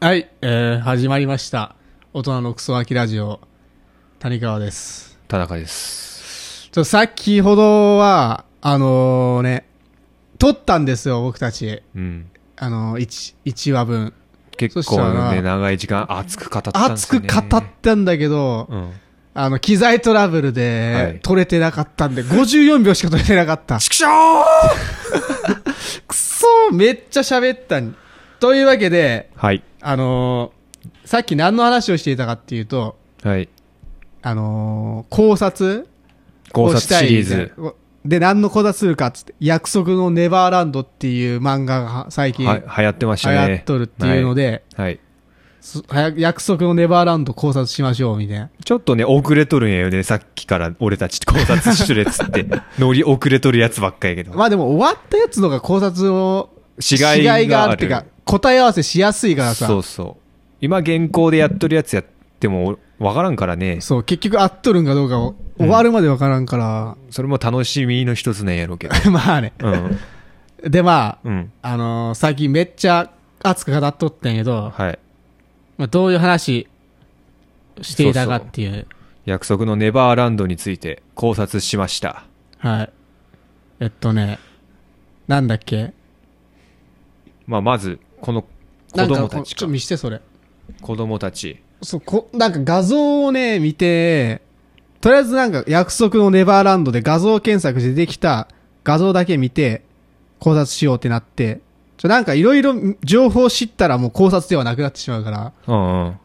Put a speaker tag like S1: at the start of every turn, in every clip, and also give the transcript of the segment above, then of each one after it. S1: はい、えー、始まりました。大人のクソガキラジオ、谷川です。
S2: 田中です。
S1: ちょっと先ほどは、あのー、ね、撮ったんですよ、僕たち。
S2: うん。
S1: あのー、1、一話分。
S2: 結
S1: そした
S2: 構
S1: ら
S2: ね、長い時間熱く語ったんです
S1: 熱
S2: よ
S1: く
S2: ね。
S1: 語ったんだけど、
S2: うん。
S1: あの、機材トラブル
S2: は
S1: で
S2: い、
S1: 撮れてなかったんで、54秒しか撮れてなかった。
S2: ちくしょー
S1: くそーめっちゃ喋ったん。というわけで、
S2: はい。
S1: あのー、さっき何の話をしていたかっていうと、
S2: はい。
S1: あのー、考察
S2: 考
S1: を
S2: 察
S1: したい
S2: シリーズ。
S1: みたいな。で、何の考察するかっつって、約束のネバーランドっていう漫画が最近
S2: は
S1: 流
S2: 流行ってましたね。
S1: 行っとるっていうので、
S2: はい。はい。
S1: そはや約束のネバーランド考察しましょうみたいな。
S2: ちょっとね、遅れとるんやよね。さっきから俺たち考察してるやつ って。乗り遅れとるやつばっかやけど。
S1: まあでも終わったやつのが考察の
S2: 違いがある
S1: っていうか、答え合わせしやすいからさ。そ
S2: そううそう。今、現行でやっとるやつやっても、わからんからね。
S1: 結局合っとるんかどうかを終わるまでわからんから。
S2: それも楽しみの一つなんやろうけど。
S1: まあね。
S2: うん。
S1: でまあ、
S2: うん。
S1: あのー最近めっちゃ熱く語っとったんやけど、
S2: はい。
S1: まあ、どういう話していたかっていう
S2: 約束のネバーランドについて考察しました。
S1: はい。えっとね、なんだっけ
S2: まあ、まず、この子
S1: なん
S2: 供
S1: かこ
S2: た
S1: う
S2: ち
S1: ちょ
S2: か
S1: っと。見して、それ。
S2: 子供たち。
S1: そう、こ、なんか画像をね、見て、とりあえずなんか約束のネバーランドで画像検索してできた画像だけ見て、考察しようってなって、ちょ、なんかいろいろ情報知ったらもう考察ではなくなってしまうから、
S2: うんうん。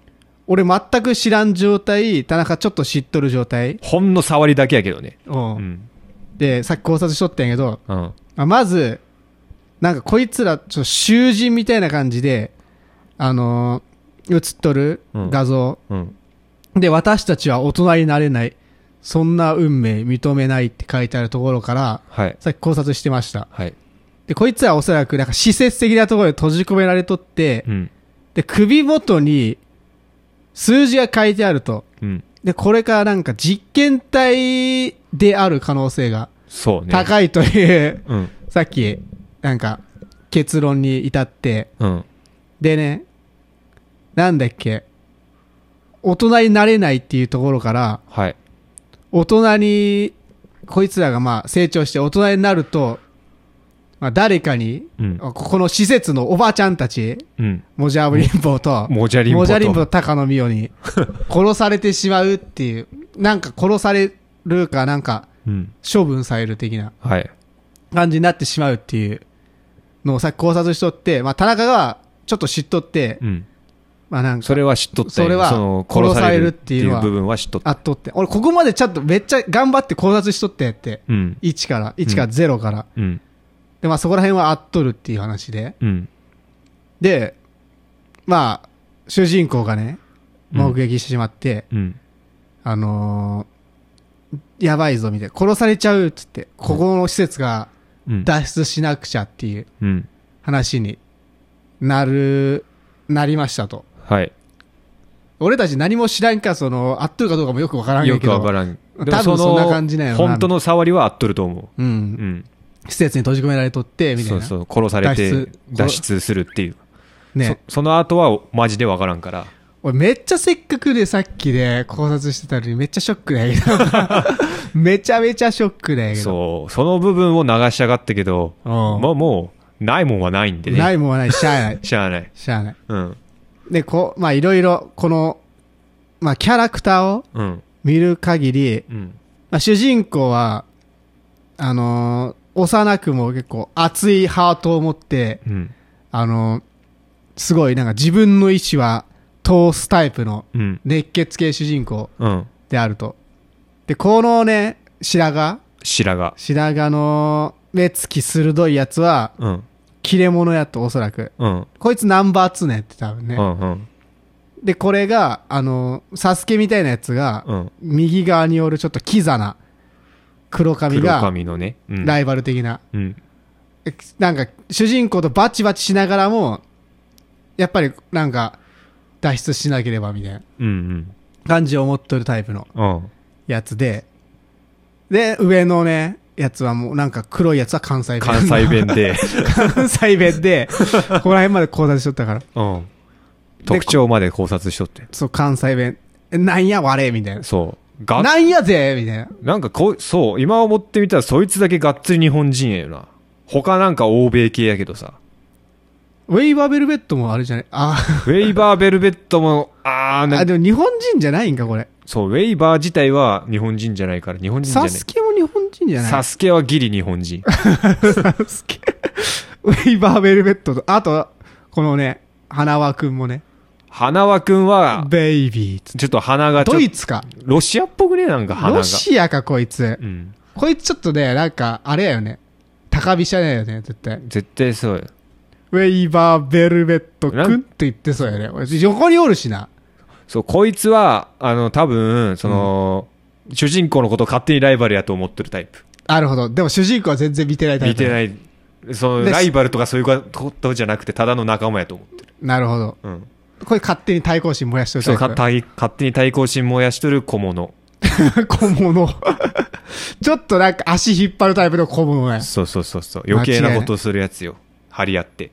S1: 俺全く知らん状態、田中ちょっと知っとる状態。
S2: ほんの触りだけやけどね。
S1: う。
S2: うんん。
S1: で、さっき考察しとったんやけど、
S2: うん。
S1: まあまず、なんかこいつら、ちょっと囚人みたいな感じで、あのー映っとる
S2: うん
S1: 画像、
S2: うん。
S1: で、私たちは大人になれない。そんな運命認めないって書いてあるところから、
S2: はい。
S1: さっき考察してました。
S2: はい。
S1: で、こいつらおそらく、なんか施設的なところで閉じ込められとって、
S2: うん。
S1: で、首元に数字が書いてあると。
S2: うん。
S1: で、これからなんか実験体である可能性が
S2: そうね。い。
S1: 高いという、
S2: うん。
S1: さっき、なんか、結論に至って、
S2: うん。
S1: でね、なんだっけ、大人になれないっていうところから、
S2: はい。
S1: 大人に、こいつらがまあ成長して大人になると、まあ誰かに、
S2: うん。
S1: ここの施設のおばちゃんたち、
S2: うん。
S1: もじゃぶりんぼうと、
S2: もじゃりんぼ
S1: も
S2: と
S1: じゃりんぼうと高野美代に、殺されてしまうっていう、なんか殺されるかなんか
S2: うん。
S1: 処分される的な。
S2: はい。
S1: 感じになってしまうっていうのをさっき考察しとって、まあ、田中がちょっと知っとって、
S2: うん。
S1: まあなんか、
S2: それは知っとったよ
S1: それは
S2: の
S1: 殺されるっていうのは
S2: 部分は知っとった。
S1: あっとって。俺、ここまでちゃんとめっちゃ頑張って考察しとってって。
S2: うん。
S1: 1から、1から0から。
S2: うん。
S1: で、まあそこら辺はあっとるっていう話で。
S2: うん。
S1: で、まあ、主人公がね、
S2: うん
S1: 目撃してしまって、
S2: うん。
S1: あのーやばいぞ、みたいな。殺されちゃうっつって、ここの施設が
S2: うん。
S1: 脱出しなくちゃっていう
S2: うん。
S1: 話になる、なりましたと。
S2: はい。
S1: 俺たち何も知らんから、その、合っとるかどうかもよくわからんけど。
S2: よくわからん。
S1: 多
S2: でも
S1: 分そんな感じなんやろな
S2: 本当の触りは合っとると思
S1: う。
S2: う。うんん。
S1: 施設に閉じ込められとって、みたい
S2: そ
S1: な。
S2: うそう。殺されて
S1: 脱出
S2: 脱出するっていう。
S1: ね。
S2: そその後はマジでわからんから。
S1: 俺めっちゃせっかくでさっきで考察してたのにめっちゃショックだけ ど。めちゃめちゃショックだけど。
S2: そう。その部分を流しやがったけど、
S1: うん
S2: まあもう、ないもんはないんでね。。
S1: ないもんはない、しゃあない
S2: しゃあない。
S1: しゃあない。
S2: うん。
S1: で、こう、まあいろいろ、この、まあキャラクターを
S2: うん。
S1: 見る限り、
S2: うん。
S1: まあ主人公は、あのー幼くも結構熱いハートを持って、
S2: うん。
S1: あの、すごいなんか自分の意思は通すタイプの
S2: うん。
S1: 熱血系主人公
S2: うん。
S1: であると。で、このね、白髪、
S2: 白髪。
S1: 白髪の目つき鋭いやつは、
S2: うん。
S1: 切れ者やと、おそらく。
S2: うん。
S1: こいつナンバー2ねって多分ね
S2: う。ん。うん。
S1: で、これが、あの、サスケみたいなやつが、
S2: うん。
S1: 右側によるちょっとキザな黒髪
S2: 黒
S1: が、
S2: 髪のね。うん。
S1: ライバル的な。
S2: うん。
S1: えなんか、主人公とバチバチしながらも、やっぱり、なんか、脱出しなければみたいな
S2: うん。
S1: 感じを持っとるタイプの
S2: う ん。うん。
S1: やつで、で、上のね、やつはもうなんか黒いやつは関西弁。
S2: 関西。弁で。
S1: 関西弁で、ここら辺まで考察しとったから。
S2: うん。特徴まで考察しとって。
S1: そう、関西弁。えなんや、我みたいな。
S2: そう。が、
S1: なんやぜみたいな。
S2: なんかこう、そう、今思ってみたらそいつだけがっつり日本人やよな。他なんか欧米系やけどさ。
S1: ウェイバーベルベットもあれじゃないあ
S2: ウェイバーベルベットも、あー
S1: ー、
S2: な
S1: あ、
S2: んか、
S1: でも日本人じゃないんか、これ。
S2: そう、ウェイバー自体は日本人じゃないから、日本人じゃな
S1: サ
S2: い。
S1: スケも日本人じゃない
S2: サスケはギリ日本人。
S1: サスケ。ウェイバーベルベットと、あと、このね、花輪くんもね。
S2: 花輪くんは、
S1: ベイビーつ。
S2: ちょっと鼻がちょ
S1: ドイツか。
S2: ロシアっぽくねなんか鼻が。
S1: ロシアか、こいつ
S2: う。ん。
S1: こいつちょっとね、なんか、あれやよね。高飛車だよね、絶対。
S2: 絶対そうよ。
S1: ウェイバーベルベットく
S2: なん
S1: んって言ってそうやね。俺横におるしな。
S2: そう、こいつは、あの、多分、その、主人公のことを勝手にライバルやと思ってるタイプ。
S1: なるほど。でも主人公は全然見てないタイ
S2: 見
S1: プ。
S2: てない、その、
S1: で
S2: ライバルとかそういうことじゃなくて、ただの仲間やと思ってる。
S1: なるほど。
S2: うん。
S1: これ勝手に対抗心燃やしとる
S2: そ
S1: タ
S2: う、
S1: イプ
S2: か対勝手に対抗心燃やしとる小物。
S1: 小物。ちょっとなんか足引っ張るタイプの小物ね。
S2: そうそうそうそう。余計なことをするやつよ。張り合って。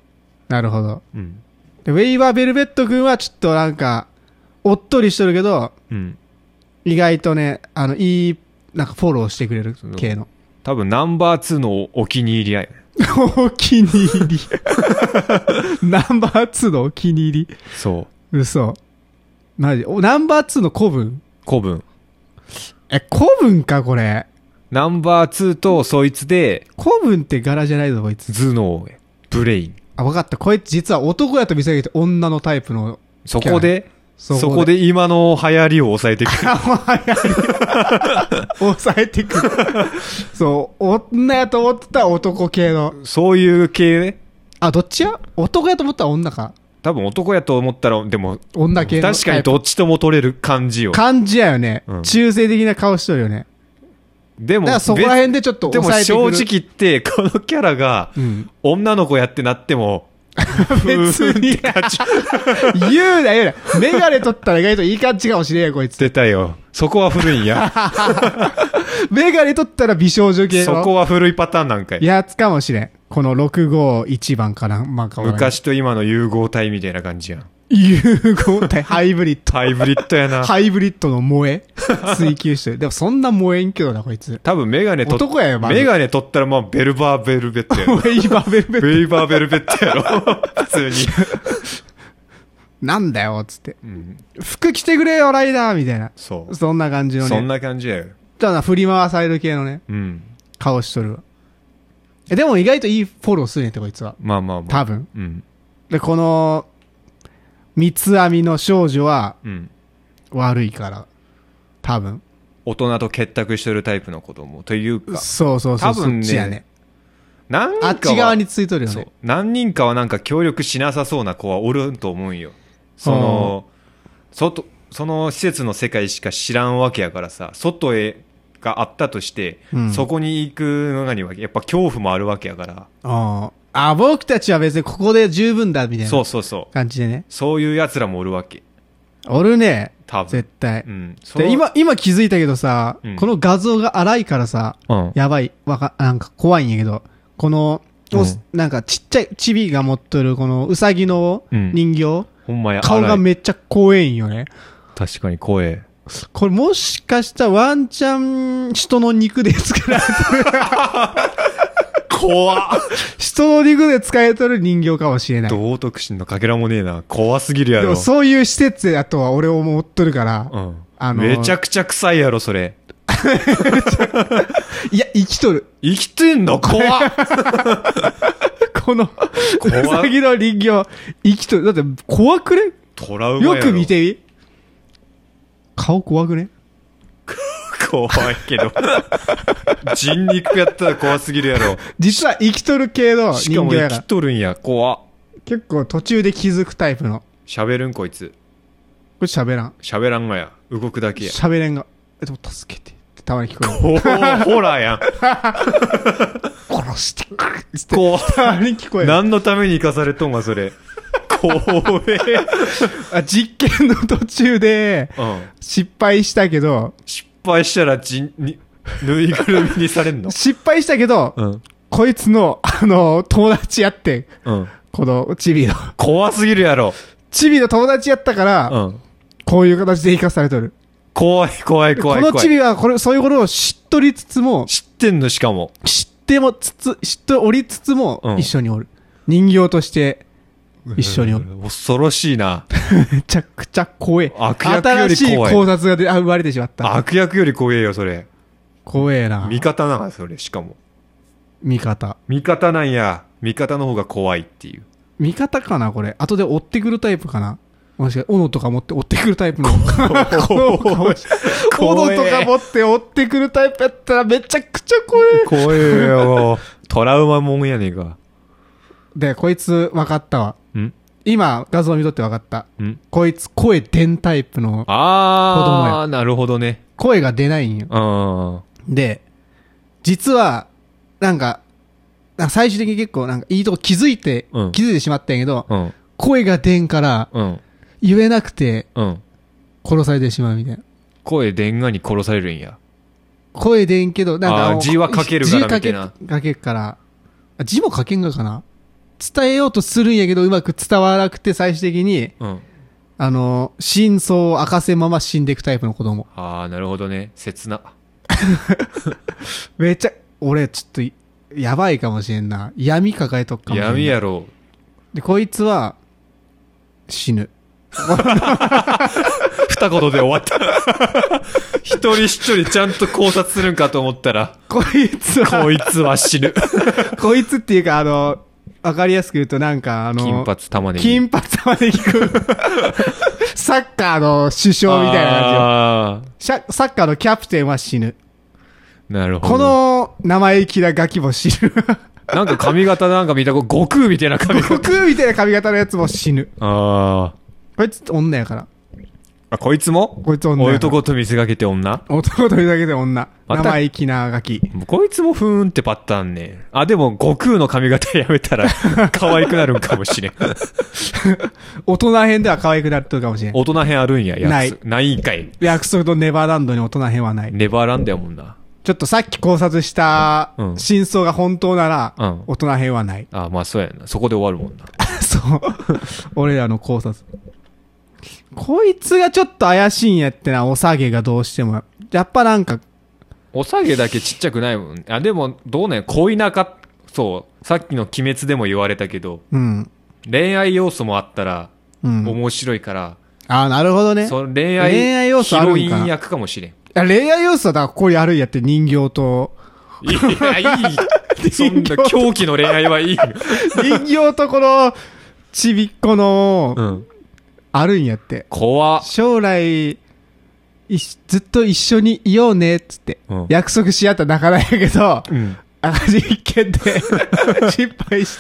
S1: なるほど。
S2: うん。
S1: でウェイバーベルベット君はちょっとなんか、おっとりしとるけど、
S2: うん。
S1: 意外とね、あの、いい、なんかフォローしてくれる系の。
S2: 多分、ナンバー2のお気に入りやよ。
S1: お気に入り。ナンバー2のお気に入り。
S2: そう。
S1: 嘘。マジおナンバー2の古文
S2: 古文。
S1: え、古文か、これ。
S2: ナンバー2とそいつで、
S1: 古文って柄じゃないぞ、こいつ。
S2: 頭脳へ。ブレイン。
S1: あ、わかった。こいつ実は男やと見せかけて女のタイプの。
S2: そこで、
S1: そ
S2: そこで今の流行りを抑えてくる。
S1: あ、もう早い。 抑えてくる。そう、女やと思ってたら男系の。
S2: そういう系ね。
S1: あ、どっちや男やと思ったら女か。
S2: 多分男やと思ったら、でも、
S1: 女系の。
S2: 確かにどっちとも取れる感じよ。
S1: 感じやよね、
S2: うん
S1: 中性的な顔しとるよね。
S2: で
S1: だ
S2: も、
S1: からそこら辺でちょっと
S2: 別でも
S1: 抑えてく
S2: 正
S1: る。
S2: 直 言って、このキャラが、
S1: うん。
S2: 女の子やってなっても、
S1: 別に
S2: ふーんって感じ
S1: 言うな言うな。メガネ取ったら意外といい感じかもしれんよ、こいつ。
S2: 出たよ。そこは古いんや。
S1: メガネ取ったら美少女系
S2: そ
S1: の。
S2: こは古いパターンなんかい。
S1: やつかもしれん。この651番かな、まあ、かわからんけど。
S2: 昔と今の融合体みたいな感じやん。
S1: 融合体、ハイブリッド。
S2: ハイブリッド やな。
S1: ハイブリッドの萌え追求してる。でもそんな萌えんけどな、こいつ。
S2: 多分メガネ取っ
S1: 男やよ、まず
S2: メガネ取ったらまあベルバーベルベットや
S1: ウ
S2: ろ。
S1: ェイバーベル ベット
S2: ベイバーベルベットや ろ。普通に。
S1: なんだよ、つって。
S2: うん、
S1: 服着てくれよ、ライダーみたいな。
S2: そ
S1: そんな感じ
S2: う。
S1: の
S2: そん
S1: ね。
S2: な感じやよ。
S1: ただ振り回される系のね、
S2: うん。
S1: 顔しとるわ。えでも意外といいフォローするねって、こいつは。
S2: まあまあまあ。
S1: 多分。
S2: うん。
S1: で、この、三つ編みの少女は
S2: うん。
S1: 悪いから。多分。
S2: 大人と結託してるタイプの子供というか、
S1: そうそうそう。
S2: 多分ね
S1: そっちやね。
S2: 何人か
S1: あ
S2: は
S1: っち側についとるよ
S2: そ
S1: ね
S2: う。何人かはなんか協力しなさそうな子はおるんと思うんよ。その、外、その施設の世界しか知らんわけやからさ、外へがあったとして、
S1: うん
S2: そこに行くのにはやっぱ恐怖もあるわけやから、
S1: ああ。あ、僕たちは別にここで十分だ、みたい
S2: そう
S1: な
S2: そうそう。
S1: 感じでね。
S2: そういう奴らもおるわけ。
S1: おるね。
S2: 多分。
S1: 絶対
S2: う。ん。その
S1: で、、今、今気づいたけどさ、
S2: うん
S1: この画像が荒いからさ、
S2: うん。
S1: やばい、わか、なんか怖いんやけど、この、お
S2: うん
S1: なんかちっちゃい、チビが持っとるこのうさぎの
S2: うん
S1: 人形、
S2: ほんまや、
S1: 顔が
S2: 荒い
S1: めっちゃ怖いんよね。
S2: 確かに声。
S1: これもしかしたらワンチャン人の肉で作 られて
S2: 怖っ
S1: る、人の肉で使えとる人形かもしれない。
S2: 道徳心のかけらもねえな。怖すぎるや
S1: で
S2: ろ。
S1: もそういう施設だとは俺思っとるから、
S2: うん。
S1: あのー
S2: めちゃくちゃ臭いやろ、それ。
S1: いや、生きとる。
S2: 生きてんの怖っ
S1: この、う
S2: 怖っ
S1: さぎの人形、生きとる。だって怖くね
S2: トラウマや
S1: よ
S2: ろ。
S1: く見。てみ。顔怖くね
S2: 怖いけ ど。人肉やったら怖すぎるやろ。
S1: 実は生きとる系の
S2: し
S1: 人
S2: かも
S1: 形や
S2: 生
S1: から。
S2: きとるんや、怖っ。
S1: 結構途中で気づくタイプの。こ
S2: 喋るん、こい
S1: れ
S2: つ。
S1: 喋らん。
S2: 喋らんがや。動くだけや。
S1: 喋れんが。え、でも助けて。ってたまに聞こ
S2: お ーホラーやん。
S1: える。殺してくれつって。
S2: 怖った
S1: まに聞こえる。
S2: 何のために生かされとんわ、それ。怖 え。
S1: あ実験の途中で
S2: うん。
S1: 失敗したけど、
S2: 失敗したら人に、ぬいぐるみにされんの
S1: 失敗したけど、
S2: うん。
S1: こいつの、あの、友達やってん、
S2: うん。
S1: このチビの。
S2: 怖すぎるやろ。
S1: チビの友達やったから、
S2: うん。
S1: こういう形で生かされとる。
S2: 怖い怖い怖い怖い。
S1: このチビはこれ、そういうことを知っとりつつも、
S2: 知ってんのしかも。
S1: 知ってもつつ、知っておりつつも
S2: う、ん
S1: 一緒におる。人形として、一緒におる。
S2: うん恐ろし いな。
S1: めちゃくちゃ怖え。
S2: 悪役よ
S1: 新
S2: り
S1: しい
S2: 怖い
S1: 考察がであ生まれてしまった。
S2: 悪役より怖えよ、それ。
S1: 怖えな。
S2: 味方なんや、それ、しかも。
S1: 味方。
S2: 味方なんや。味方の方が怖いっていう。
S1: 味方かなこれ。後で追ってくるタイプかなもしかして、斧とか持って追ってくるタイプの。
S2: 怖い怖
S1: 斧
S2: え
S1: とか持って追ってくるタイプやったらめちゃくちゃ怖え。
S2: 怖えよ。 トラウマもんやねえか。
S1: で、こいつ分かったわ。
S2: ん
S1: 今、画像見とって分かった。
S2: ん
S1: こいつ声出んタイプの、子供
S2: あー、なるほどね。
S1: 声が出ないんよ。
S2: うん。
S1: で、実は、なんか、なんか最終的に結構なんかいいとこ気づいて、
S2: うん
S1: 気づいてしまったんやけど、
S2: うん。
S1: 声が出んから
S2: うん。
S1: 言えなくて
S2: うん。
S1: 殺されてしまうみたいな。
S2: 声でんがに殺されるんや。
S1: 声出んけど、なんか
S2: あー
S1: あの
S2: 字は書けるから
S1: 字書け
S2: みたいな
S1: 書けるから。あ字も書けんがかな伝えようとするんやけど、うまく伝わらなくて最終的に、
S2: うん。
S1: あの、真相を明かせんまま死んでいくタイプの子供。
S2: あー、なるほどね。切な。
S1: めっちゃ、俺ちょっとい、やばいかもしれんな。闇抱えとくかもしれんな。
S2: 闇やろ。
S1: で、こいつは、死ぬ。
S2: 二言で終わった。 一人一人ちゃんと考察するんかと思った ら、
S1: こいつは、
S2: こいつは死ぬ。
S1: こいつっていうか、あの、わかりやすく言うとなんか、あの、
S2: 金髪玉ねぎ。
S1: 金髪玉ねぎくん サッカーの首相みたいな感じよ
S2: あ
S1: シャサッカーのキャプテンは死ぬ。
S2: ーなるほど。
S1: この生意気なガキも死ぬ。
S2: なんか髪型なんか見たこと、悟空みたいな 髪型。
S1: 悟空みたいな髪型のやつも死ぬ。
S2: あ
S1: こいつ女やから。
S2: あ。こいつも
S1: こいつ女やから。
S2: 男と見せかけて女
S1: 男というだけで女。
S2: また
S1: 生意気なガキ。
S2: こいつもふーんってパターンね。あ、でも悟空の髪型やめ たら可愛くなるんかもしれん。
S1: 大人編では可愛くなっとるかもしれん。
S2: 大人編あるんや、やつ。
S1: ない。
S2: ないんかい。
S1: 約束とネバーランドに大人編はない。
S2: ネバーランドやもんな。
S1: ちょっとさっき考察した
S2: うん
S1: 真相が本当なら
S2: うん、
S1: 大人編はない。
S2: あまあそうやな。そこで終わるもんな。
S1: そう。俺らの考察。こいつがちょっと怪しいんやってな、おさげがどうしても。やっぱなんか、
S2: おさげだけちっちゃくないもん。あ、でも、どうなんや恋仲、そう。さっきの鬼滅でも言われたけど、
S1: うん。
S2: 恋愛要素もあったら
S1: うん。
S2: 面白いから、
S1: ああ、なるほどね。
S2: その恋愛、
S1: 恋愛要素あるんかな
S2: ヒロイン役かもしれん。
S1: いや恋愛要素はだからここにあるんやって人形 と、
S2: いや、いい。そんな狂気の恋愛はいい。
S1: 人形とこの、ちびっこの、
S2: うん。
S1: あるんやって。
S2: 怖っ。
S1: 将来、いしずっと一緒にいようね、っつって。
S2: うん
S1: 約束し合った仲なんやけど、
S2: うん。
S1: 赤字一件で 失敗し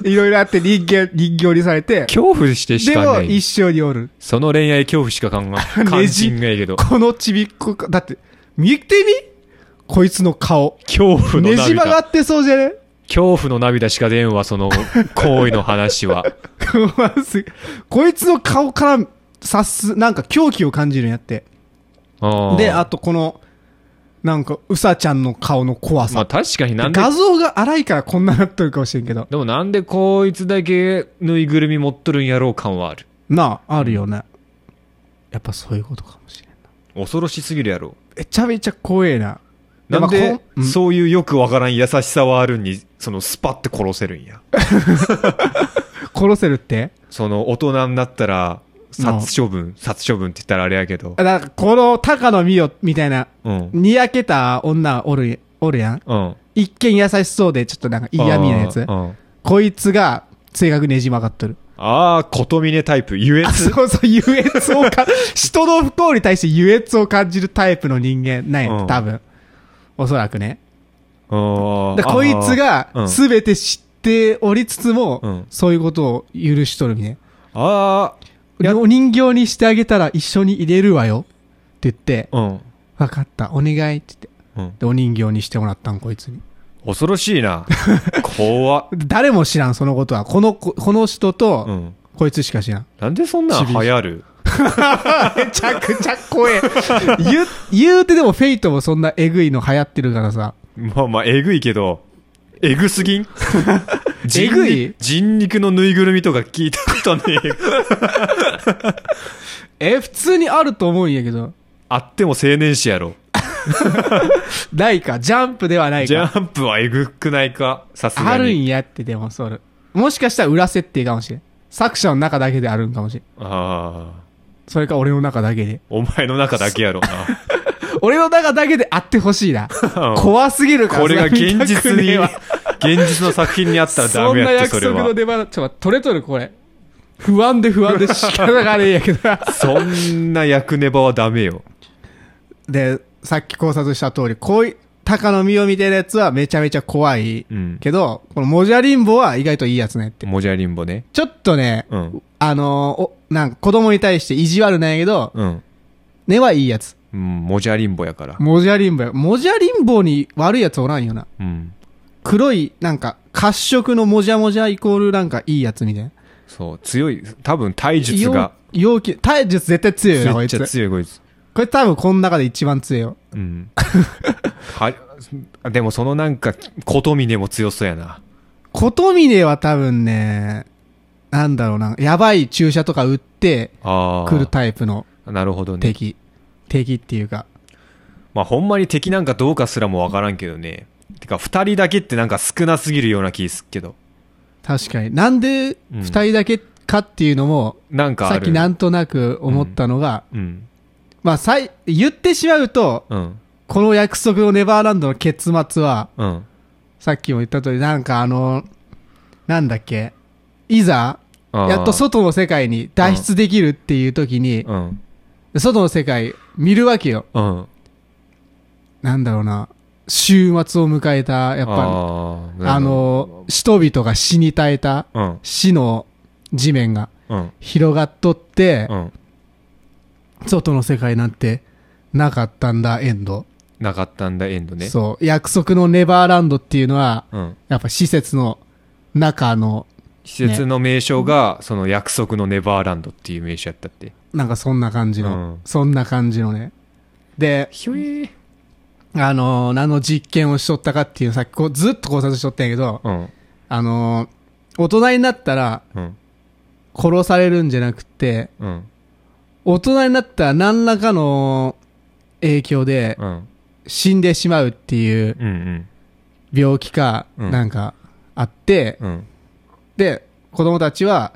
S1: て、いろいろあって人間、人形にされて、
S2: 恐怖してし
S1: で
S2: か
S1: も
S2: な
S1: 一
S2: い。
S1: 緒におる。
S2: その恋愛恐怖しか考えない。
S1: ね
S2: 感
S1: じ
S2: 心がいいけど。
S1: このちびっこか、だって、見てみこいつの顔。
S2: 恐怖の
S1: ねじ曲が
S2: 涙。
S1: ってそうじゃね
S2: 恐怖の涙しか出んわ、その行為の 話は。
S1: まずこいつの顔から察す、なんか狂気を感じるんやって。
S2: あー
S1: で、あとこの、なんか、うさちゃんの顔の怖さ
S2: まあ。確かになんで、
S1: 画像が荒いからこんななっとるかもしれんけど。
S2: でもなんでこいつだけぬいぐるみ持っとるんやろう感はある。
S1: なあ、あるよね。やっぱそういうことかもしれん。
S2: 恐ろしすぎるやろ。
S1: めちゃめちゃ怖えな。
S2: なん
S1: やっ
S2: で
S1: ぱこう、うん
S2: そういうよくわからん優しさはあるに、そのスパって殺せるんや。
S1: 殺せるって
S2: その大人になったら、殺処分、殺処分って言ったらあれやけど。
S1: あなんかこの高野美代みたいな、
S2: うん。
S1: にやけた女おる、おるやん。
S2: うん。
S1: 一見優しそうで、ちょっとなんか嫌味なや
S2: う
S1: つ。
S2: ん。
S1: こいつが、性格ねじ曲がっとる。
S2: ああ、琴峰タイプ、優
S1: あ、
S2: 越。
S1: そうそう、優越をか、人の不幸に対して優越を感じるタイプの人間なん
S2: う
S1: や、
S2: ん
S1: 多分。おそらくね。
S2: あ
S1: で
S2: ー
S1: こいつ、が
S2: う、ん
S1: すべて知っておりつつも、
S2: うん
S1: そういうことを許しとるみたいな。
S2: あ
S1: お人形にしてあげたら一緒に入れるわよ。って言って、
S2: あ、うん。
S1: わかった、お願いって言って。
S2: うん。
S1: で、お人形にしてもらったん、こいつに。
S2: 恐ろし いな。怖っ。
S1: 誰も知らん、そのことは。この子、この人
S2: う
S1: と、
S2: ん。
S1: こいつしか知らん。
S2: なんでそんなん流行る
S1: めちゃくちゃ怖え。言う、言うてでもフェイトもそんなエグいの流行ってるからさ。
S2: まあまあ、えぐいけど、えぐす ぎん
S1: えぐい
S2: 人肉のぬいぐるみとか聞いたことねえ。
S1: え、普通にあると思うんやけど。
S2: あっても青年誌やろ。
S1: ないか、ジャンプではない
S2: ジ
S1: か。
S2: ャンプはえぐくないかさすがに。
S1: あるんやって、でもそれ。もしかしたら裏設定かもしれん。作者の中だけであるんかもしれん。
S2: ああ。
S1: それか俺の中だけで。
S2: お前の中だけやろ
S1: 俺の中だけであってほしいな。
S2: な。 うん
S1: 怖すぎるから
S2: これが
S1: そ見
S2: 現
S1: た
S2: 実
S1: くね
S2: に、
S1: えわ
S2: 現実の作品にあったらダ
S1: そ
S2: メ
S1: ん
S2: や
S1: な
S2: って、そ
S1: 約
S2: れ
S1: 束の
S2: は。
S1: 出番、ちょっと待って、取れとるこれ。不安で不安で仕方がねえんやけどな。
S2: そんな役ネバはダメよ。
S1: で、さっき考察した通り、こういう、鷹の実を見てるやつはめちゃめちゃ怖い。
S2: うん。
S1: けど、このモジャリンボは意外といいやつねって。
S2: モジャリンボね。
S1: ちょっとね、
S2: うん。
S1: あのーお、なんか子供に対して意地悪なんやけど、
S2: うん。
S1: 根はいいやつ。
S2: うん、モジャリンボやから。
S1: モジャリンボや。モジャリンボに悪いやつおらんよな。
S2: うん。
S1: 黒い、なんか、褐色のモジャモジャイコールなんかいいやつみたいな。
S2: そう、強い。多分、体術が。
S1: 陽陽気、体術絶対強いよな、こ
S2: めっ
S1: い
S2: ち
S1: つ
S2: ゃ。強い、こいつ。
S1: これ多分この中で一番強いよ。
S2: うん。は、 でもそのなんか、琴峰も強そうやな。
S1: 琴峰は多分ね、なんだろうな、やばい注射とか打って
S2: あ
S1: くるタイプの
S2: あ。なるほどね。
S1: 敵。敵っていうか。
S2: まあ、ほんまに敵なんかどうかすらもわからんけどね。てか、二人だけってなんか少なすぎるような気すっけど。
S1: 確かに。なんで
S2: うん
S1: 二人だけかっていうのも、
S2: なんかあ
S1: さ
S2: る。
S1: っきなんとなく思ったのが、
S2: うん。
S1: まあ、さい、言ってしまうと、
S2: うん。
S1: この約束のネバーランドの結末は、
S2: うん。
S1: さっきも言った通り、なんかあの、なんだっけ、いざ、
S2: あー
S1: やっと外の世界に脱出できるっていう時に、
S2: うん。
S1: 外の世界見るわけよ。
S2: うん。
S1: なんだろうな、週末を迎えた、やっぱ
S2: あ
S1: り、
S2: ー
S1: あ、の、人々が死に絶えた
S2: うん。
S1: 死の地面が
S2: うん。
S1: 広がっとって
S2: う、ん。
S1: 外の世界なんてなかったんだ、エンド。
S2: なかったんだ、エンドね。
S1: そう、約束のネバーランドっていうのは、
S2: うん。
S1: やっぱ施設の中の、
S2: 施設の名称が、その約束のネバーランドっていう名称やったって。
S1: なんかそんな感じの、
S2: うん
S1: そんな感じのね。で、
S2: ひょえー。
S1: あのー何の実験をしとったかっていうのさっきこうずっと考察しとったんやけど、
S2: うん。
S1: あのー大人になったら
S2: うん。
S1: 殺されるんじゃなくて、
S2: うん。
S1: 大人になったら何らかの影響で
S2: うん。
S1: 死んでしまうっていう
S2: うん。うん。
S1: 病気か
S2: うん
S1: なんかあって、
S2: うん。
S1: で、子供たちは、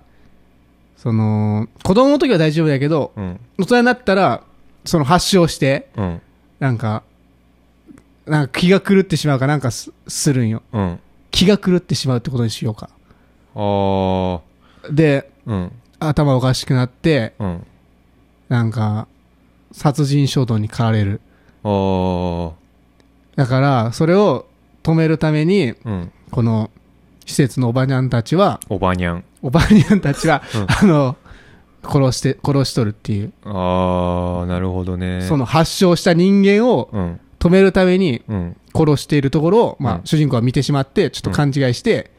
S1: その、子供の時は大丈夫だけど、
S2: うん。
S1: 大人になったら、その発症して、
S2: うん。
S1: なんか、なんか気が狂ってしまうかなんかすするんよ。
S2: うん。
S1: 気が狂ってしまうってことにしようか。
S2: あー。
S1: で、
S2: うん。
S1: 頭おかしくなって、
S2: うん。
S1: なんか、殺人衝動に駆られる。
S2: あー。
S1: だから、それを止めるために、
S2: うん。
S1: この、施設のおばにゃんたちは、
S2: おばにゃん。
S1: おばにゃんたちは、
S2: う
S1: あ
S2: ん
S1: の、殺して、殺しとるっていう、
S2: あー、なるほどね。
S1: その発症した人間を
S2: うん。
S1: 止めるために
S2: うん。
S1: 殺しているところを、まあ
S2: う、ん
S1: 主人公は見てしまって、ちょっと勘違いして、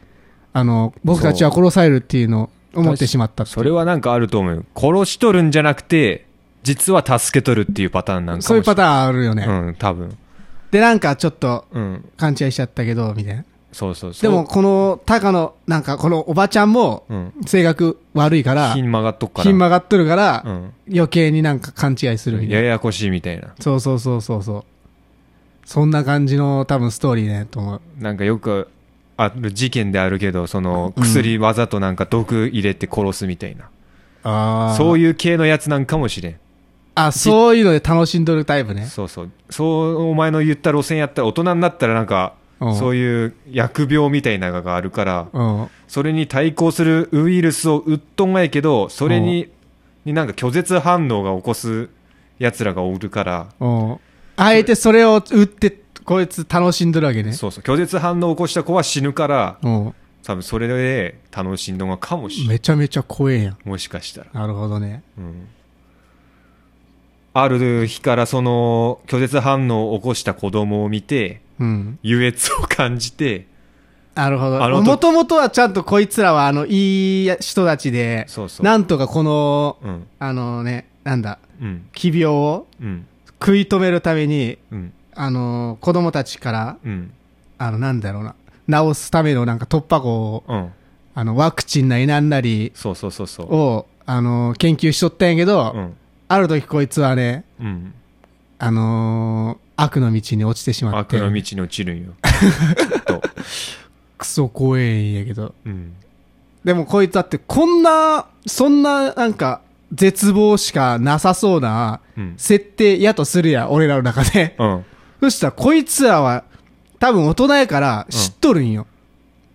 S1: あの、僕たちは殺されるっていうのを思ってしまったっていう
S2: それはなんかあると思うよ。殺しとるんじゃなくて、実は助けとるっていうパターンなんかもし
S1: そういうパターンあるよね。
S2: うん、多分。
S1: で、なんかちょっと
S2: うん。
S1: 勘違いしちゃったけど、みたいな。
S2: そうそうそ
S1: で
S2: う。
S1: も、、この、高野、なんか、このおばちゃんも、
S2: うん。
S1: 性格悪いから、
S2: ひ
S1: ひん
S2: ん曲がっとくから。
S1: 曲がっとるから、
S2: うん。
S1: 余計になんか勘違いするみたいな
S2: や。やこしいみたいな。
S1: そうそうそうそうそう。そんな感じの多分ストーリーね、と思う。
S2: なんかよくある事件であるけど、その薬わざとなんか毒入れて殺すみたいな。
S1: あ
S2: そう
S1: いう。
S2: いう系のやつなんかもしれん。
S1: あ、そういうので楽しんどるタイプね。
S2: そうそう。そう、お前の言った路線やったら、大人になったらなんか、
S1: うん
S2: そういう疫病みたいなのがあるから、
S1: うん。
S2: それに対抗するウイルスを売っとんがやけど、それに、になんか拒絶反応が起こす奴らがおるから、
S1: うん。あえてそれを売って、こいつ楽しんどるわけね。
S2: そうそう、拒絶反応を起こした子は死ぬから、
S1: うん。
S2: 多分それで楽しんどんがかもしれん。
S1: めちゃめちゃ怖えやん。
S2: もしかしたら。
S1: なるほどね。
S2: うん。ある日からその拒絶反応を起こした子供を見て、
S1: うん。
S2: 優越を感じて、
S1: なるほ
S2: あ
S1: ど。
S2: の
S1: もともとはちゃんとこいつらは、あの、いい人たちで、
S2: そうそう。
S1: なんとかこの、
S2: うん、
S1: あのね、なんだ、
S2: うん、
S1: 奇病を
S2: うん、
S1: 食い止めるために、
S2: うん、
S1: あの、子供たちから、
S2: うん。
S1: あの、なんだろうな、治すためのなんか突破口を、
S2: うん。
S1: あの、ワクチンなりなんなり
S2: そうそうそうそう。
S1: を、あの、研究しとったんやけど、
S2: うん。
S1: ある時こいつはね、
S2: うん。
S1: あのー悪の道に落ちてしまっ
S2: 悪
S1: て、
S2: の道に落ちる んよ。きっと。
S1: クソ怖えんやけど。
S2: うん。
S1: でもこいつだってこんな、そんななんか、絶望しかなさそうな
S2: うん。
S1: 設定やとするや、俺らの中で。
S2: うん。
S1: そしたらこいつらは、多分大人やから知っとるんよ。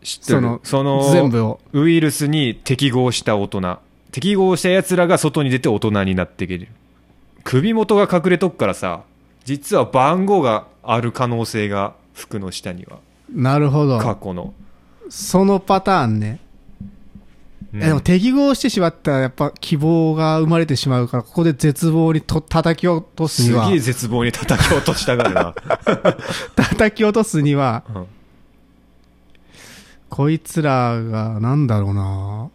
S2: 知ってる。
S1: そ
S2: そ
S1: の
S2: の、
S1: 全部を。
S2: ウイルスに適合した大人。適合した奴らが外に出て大人になっていける。首元が隠れとくからさ、実は番号がある可能性が服の下には。
S1: なるほど。
S2: 過去の。
S1: そのパターンね。
S2: うん
S1: えでも適合してしまったらやっぱ希望が生まれてしまうから、ここで絶望にと叩き落とす
S2: す
S1: には
S2: げえ、絶望に叩き落としたから
S1: 叩き落とすには、
S2: な。うん
S1: こいつらが、なんだろうな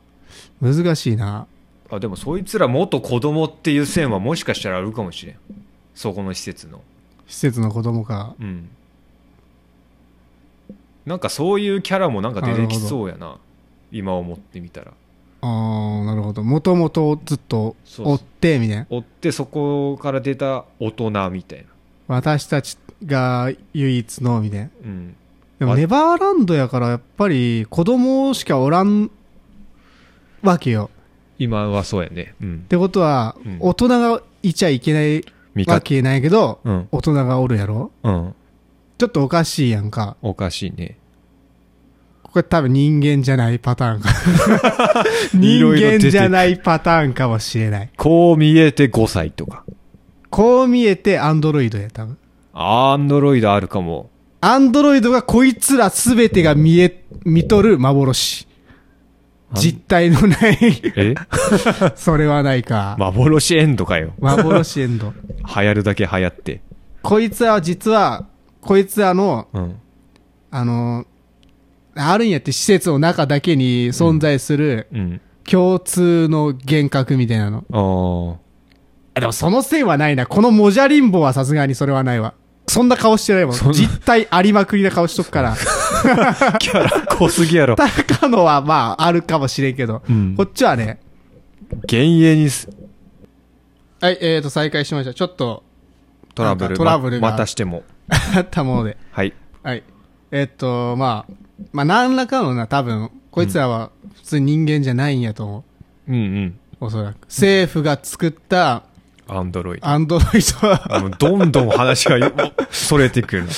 S1: 難しいな。
S2: あでもそいつら元子供っていう線はもしかしたらあるかもしれんそこの施設の
S1: 施設の子供か。
S2: うんなんかそういうキャラもなんか出てきそうやな今思ってみたら
S1: あー、なるほど。もともとずっと
S2: そうそ
S1: 追
S2: う
S1: って、みたいな。
S2: 追ってそこから出た大人みたいな
S1: 私たちが唯一の、みたいな。
S2: うん
S1: でも
S2: あ
S1: ネバーランドやからやっぱり子供しかおらんわけよ。
S2: 今はそうやねうん
S1: ってことは
S2: うん、
S1: 大人がいちゃいけない
S2: 見
S1: わ
S2: 方
S1: けないけど、
S2: うん
S1: 大人がおるやろ
S2: うん
S1: ちょっとおかしいやんか。
S2: おかしいね
S1: これ多分人間じゃないパターン か。
S2: い
S1: 人
S2: ろいろ出
S1: 間
S2: てくる
S1: じゃないパターンかもしれない。
S2: こう見えて5歳とか
S1: こう見えてアンドロイドや、多分。
S2: アンドロイドあるかも
S1: アンドロイドがこいつらすべてが見え、見とる幻。
S2: あん
S1: 実体の ない、
S2: え
S1: それはないか。
S2: 幻エンドかよ
S1: 幻エンド。
S2: 流行るだけ流行って
S1: こいつらは実は、こいつらの、
S2: うん
S1: あの、あるんやって施設の中だけに存在する
S2: うん
S1: 共通の幻覚みたいなの。
S2: ああ
S1: あでもその線はないな。このもじゃりんぼはさすがにそれはないわ。そんな顔してないもん。
S2: そんな
S1: 実体ありまくりな顔しとく から。
S2: キャラ濃すぎや ろ。
S1: 高野はまああるかもしれんけど。
S2: うん
S1: こっちはね。
S2: 幻影にす
S1: はい、えーと、再開しました。ちょっと、
S2: トラブ
S1: なん
S2: ル。
S1: かトラブルが
S2: ままたしても。
S1: あったもので。
S2: はい。
S1: はい。えーっと、まあ、まあ、何らかのな、多分、こいつらは普通に人間じゃないんやと思
S2: うんうん。
S1: う。おそらく。政府が作った
S2: アンドロイド。
S1: アンドロイドは、
S2: あの、どんどん話がよ、それてくるな。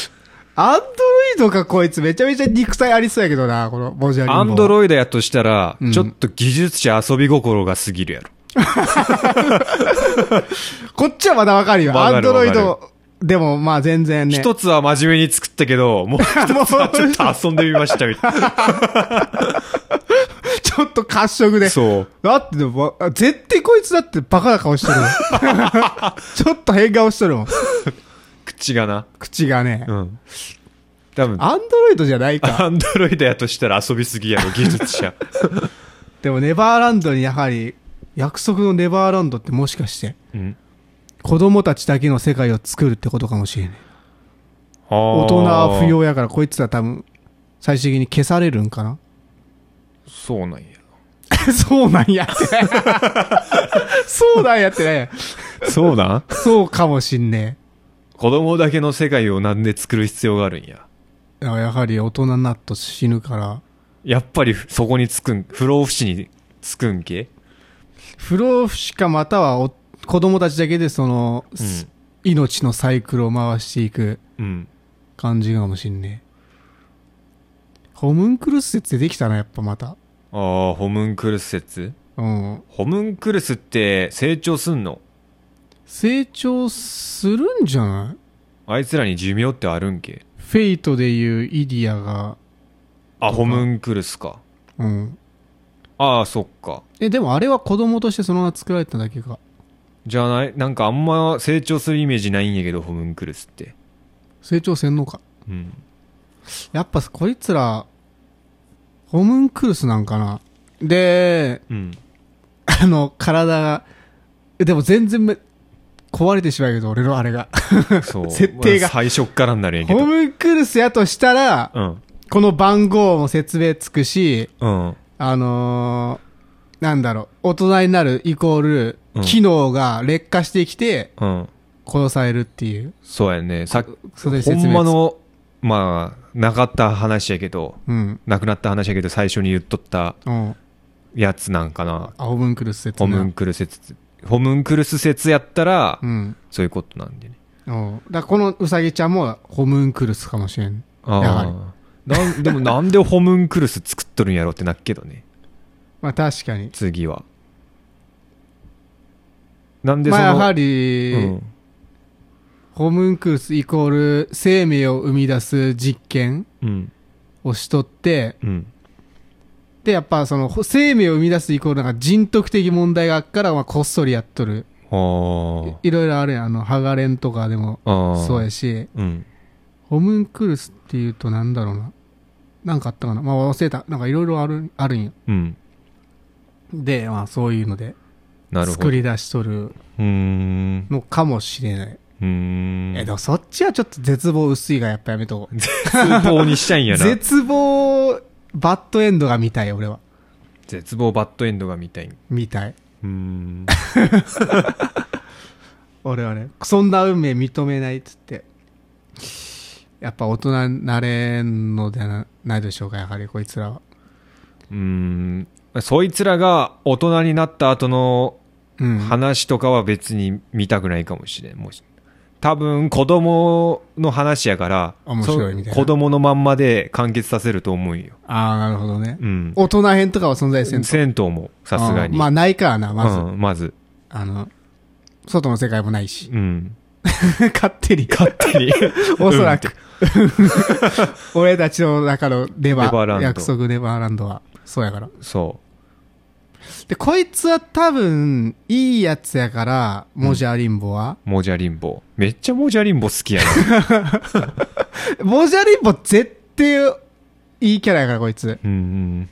S1: アンドロイドかこいつめちゃめちゃ肉体ありそうやけどな、このボジャリンボ。
S2: アンドロイドやとしたら
S1: うん、
S2: ちょっと技術者遊び心が過ぎるやろ。
S1: こっちはまだわかるよ。
S2: わ
S1: ア
S2: か
S1: ン
S2: る
S1: ド
S2: わか
S1: ロイ
S2: る
S1: ド、でもまあ全然ね。
S2: 一つは真面目に作ったけど、もう一
S1: もう
S2: つ はちょっと遊んでみましたみたい
S1: ちょっと褐色 で
S2: な。。そう。
S1: だってでも、わ絶対こいつだってバカな顔してるもん ちょっと変顔してるもん。
S2: 口がな。
S1: 口がね
S2: う。ん。多分、
S1: アンドロイドじゃないか。
S2: アンドロイドやとしたら遊びすぎやろ、技術 者。
S1: でもネバーランドにやはり、約束のネバーランドってもしかして、
S2: うん。
S1: 子供たちだけの世界を作るってことかもしれない。
S2: 大
S1: 大人は不。要やからこいつは多分、最終的に消されるんかな
S2: そうなんや。
S1: そうなんやって。 そうなんやってね。
S2: そうなん
S1: そうかもしんね
S2: 子供だけの世界をなんで作る必要があるんや。
S1: え。だからやはり大人になると死ぬから、
S2: やっぱりそこにつくん、不老不死につくんけ
S1: 不老不死かまたはお子供たちだけでその、す命のサイクルを回していく
S2: うん。
S1: 感じかもしんねえ。ホムンクルス説できたな、やっぱまた。
S2: ああ、ホムンクルス説
S1: うん。
S2: ホムンクルスって成長すんの
S1: 成長するんじゃない
S2: あいつらに寿命ってあるんけ
S1: フェイトでいうイディアが、
S2: あ、ホムンクルスか。
S1: うん。
S2: ああ、そっか。
S1: え、でもあれは子供としてそのまま作られただけか。
S2: じゃないなんかあんま成長するイメージないんやけど、ホムンクルスって。
S1: 成長せんのか。
S2: うん。
S1: やっぱこいつら、ホムンクルスなんかな。で、
S2: うん。
S1: あの、体が、でも全然め壊れてしまうけど、俺 のあれが。
S2: そう。
S1: 設定が
S2: まあ最初っからになるんやけ
S1: ホ
S2: ど。
S1: ムンクルスやとしたら、
S2: うん。
S1: この番号も説明つくし、
S2: うん。
S1: あのーなんだろう、大人になるイコール
S2: うん、
S1: 機能が劣化してきて、
S2: うん。
S1: 殺されるっていう。
S2: そうやね。さっ
S1: それ
S2: ほ
S1: 説明つ
S2: んまの、まあ、なかった話やけど、
S1: うん。
S2: なくなった話やけど、最初に言っとった
S1: うん。
S2: やつなんかな。
S1: あ、ホムンクルス説
S2: ホ
S1: 明。
S2: ムンクルス説。ホムンクルス説やったら、
S1: うん。
S2: そういうことなんでね。
S1: おうだからこのウサギちゃんもホムンクルスかもしれん。やは
S2: ああ。なんでもなんでホムンクルス作っとるんやろってなっけどね。
S1: まあ確かに。
S2: 次は。なんでそ
S1: まあ
S2: の、
S1: やは
S2: う
S1: り、
S2: ん、
S1: ホムンクルスイコール生命を生み出す実験
S2: うん、
S1: をしとって、
S2: うん、
S1: で、やっぱそのほ生命を生み出すイコールなんか人徳的問題があっから、まあこっそりやっとる。
S2: あ
S1: いいろいろあるやん。あの、ハガレンとかでも
S2: あ。ああ。
S1: そうやし、
S2: うん。
S1: ホムンクルスっていうとなんだろうな。なんかあったかなまあ忘れた。なんかいろいろある、あるんよ。
S2: うん。
S1: で、まあそういうので
S2: なるほど。
S1: 作
S2: う
S1: り出しとる
S2: ーん。
S1: のかもしれない。
S2: うー
S1: え、
S2: ん。
S1: でもそっちはちょっと絶望薄いがやっぱやめとこう。
S2: 絶望にしちゃいんやな。
S1: 絶望、バッドエンドが見たい、俺は。
S2: 絶望バッドエンドが見たい。う
S1: 見たい。
S2: ーん。
S1: 俺はね、そんな運命認めないっつって。やっぱ大人になれんのではないでしょうか、やはりこいつらは。
S2: うーん。そいつらが大人になった後の
S1: うん。
S2: 話とかは別に見たくないかもしれん。もし多分子供の話やから、
S1: 面白いみたいな
S2: その子供のまんまで完結させると思うんよ。
S1: ああ、なるほどね。
S2: うん。
S1: 大人編とかは存在せんと
S2: 銭湯もさすが
S1: あー
S2: に。
S1: まあ、ないからな、まず。
S2: うん、まず。
S1: あの、外の世界もないし。
S2: うん。
S1: 勝手に。
S2: 勝手に。
S1: おそら
S2: う
S1: く
S2: ん。。
S1: 俺たちの中のネバ
S2: ネバーランド
S1: 約束ネバーランドは、そうやから。
S2: そ
S1: で、こいつは多分、いいやつやから、モジャリンボは。
S2: う。もじゃりんぼ。めっちゃもじゃりんぼ好きやな。
S1: モジャリンボ絶対、いいキャラやから、こいつ。
S2: うん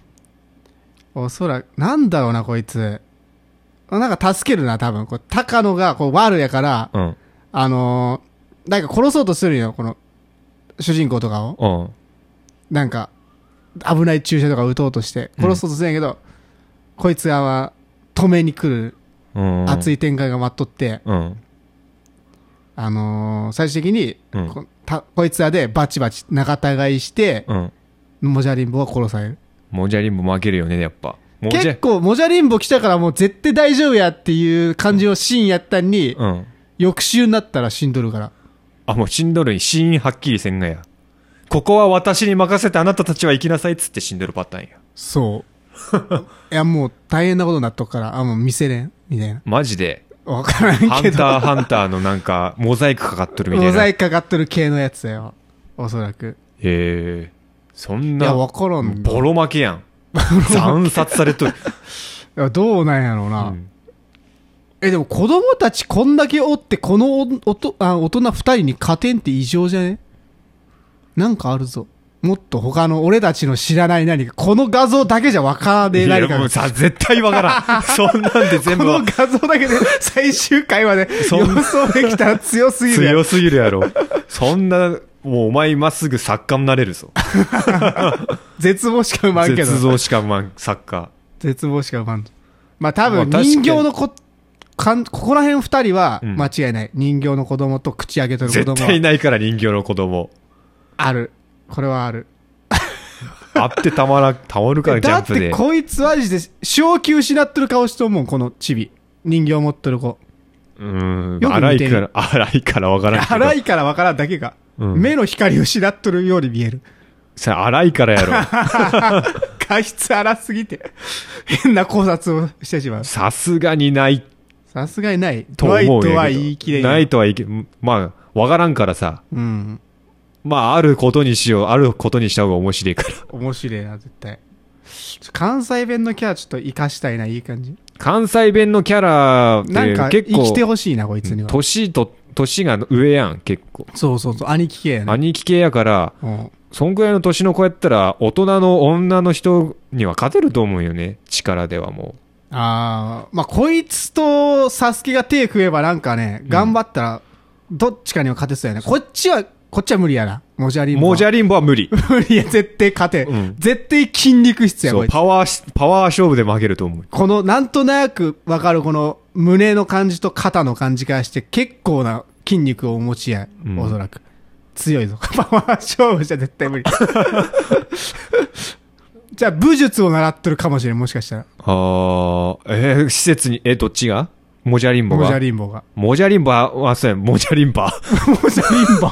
S2: うん。
S1: おそらく、なんだろうな、こいつ。あなんか助けるな、多分。こう、高野が、こう、悪やから、
S2: うん。
S1: あのー、なんか殺そうとするんよ、この、主人公とかを。
S2: うん。
S1: なんか、危ない注射とか撃とうとして、
S2: うん
S1: 殺そうとするんやけど、こいつ側は、止めに来る
S2: うん。
S1: 熱
S2: い。
S1: い展開が待っとって、
S2: うん。
S1: あのー最終的に、
S2: うん
S1: こたこいつらでバチバチ仲違いして、
S2: うん。
S1: モジャリンボは殺される。
S2: もじゃりんぼ負けるよね、やっぱ。もじゃ
S1: 結構、モジャリンボ来たからもう絶対大丈夫やっていう感じをシーンやったんに、
S2: うん。
S1: 翌週になったら死んどるから。
S2: あ、もう死んどるん死因はっきりせんがや。ここは私に任せてあなたたちは行きなさいっつって死んどるパターンや。
S1: そう。いや、もう大変なことになっとくから、あ、もう見せれんみたいな。
S2: マジで。
S1: わからんけど。
S2: ハンターハンターのなんか、モザイクかかっとるみたいな。
S1: モザ
S2: イク。
S1: イクかかっとる系のやつだよ。おそらく。
S2: へえ。そん
S1: いや、
S2: な、
S1: わからん。
S2: ボロ負けやん。 惨殺されとる。
S1: いやどうなんやろう
S2: う
S1: な。
S2: ん
S1: え、でも子供たちこんだけおって、このおおとあ大人二人に勝てんって異常じゃねなんかあるぞ。もっと他の俺たちの知らない何か、この画像だけじゃ分からねえ
S2: いや
S1: 何
S2: も
S1: か
S2: う。さ、絶対 わからん。そんなんで全
S1: こ
S2: 部
S1: の
S2: は
S1: 画像だけで最終回まで予
S2: そん
S1: 想できたら強すぎるやん。
S2: 強すぎるやろ。そんな、もうお前今すぐ作家になれるぞ。
S1: 絶望しか生まんけど。
S2: 絶望しかまん、作家。
S1: 絶望しか生まん。まあ多分
S2: まあ確かに
S1: 人形のこ、かんここら辺二人は
S2: うん
S1: 間違いない。人形の子供と口開けとる子
S2: 絶
S1: 供
S2: 対
S1: は
S2: ないから人形の子供。
S1: ある。これはある。
S2: あってたまら、たまるからジ
S1: だ
S2: ャン
S1: っ
S2: プ
S1: て
S2: で。
S1: こいつマジで正気失ってる顔しと思うこのチビ人形持ってる 子
S2: うーん。
S1: よく
S2: 荒
S1: 見
S2: い
S1: てる
S2: から、 荒いからわからんけど。
S1: 荒いから分からんだけが、
S2: うん
S1: 目の光を失っとるように見える
S2: それ荒いからや ろ。
S1: 画質荒すぎて 変な考察をしてしまう
S2: さすがにない
S1: さすがにないと
S2: と思
S1: は
S2: う
S1: い
S2: んやけ
S1: と
S2: ど。
S1: は言い切れ
S2: ないとは言い切れまあ、わからんからさ。
S1: うん
S2: まあ、あることにしよう。あることにした方が面白いから。
S1: 面白いな絶対ちょ関西弁のキャラちょっと生かしたいないい感じ
S2: 関西弁のキャラって
S1: なんか生
S2: 結構、
S1: きてほしいなこいつには、
S2: 年と、年が上やん、結構。
S1: そうそうそう兄貴系やね
S2: 兄貴系やから、
S1: うん
S2: そんくらいの年の子やったら、大人の女の人には勝てると思うよね。力ではも
S1: ああ、まあ、こいつとサスケが手食えばなんかね、頑張ったら、どっちかには勝てそうやね。こっちはこっちは無理やな。モジャリンボは。
S2: モジャリンボは 無理。
S1: 無理や、絶対勝て。
S2: うん
S1: 絶対筋肉質や、
S2: そ
S1: こ
S2: う、
S1: いつ
S2: パワーし、パワー勝負で負けると思う。
S1: この、なんとなくわかるこの、胸の感じと肩の感じからして、結構な筋肉をお持ちや、
S2: うん
S1: おそらく。強いぞ。 パワー勝負じゃ絶 対無理。じゃあ、武術を習ってるかもしれん、もしかしたら。
S2: ああ、えー施設に、えーどっちがモジャリンボ
S1: モジャ
S2: が。
S1: リンボが。
S2: モジャリンボは、あ、そうや、モジャリンバ。
S1: モジャリンボ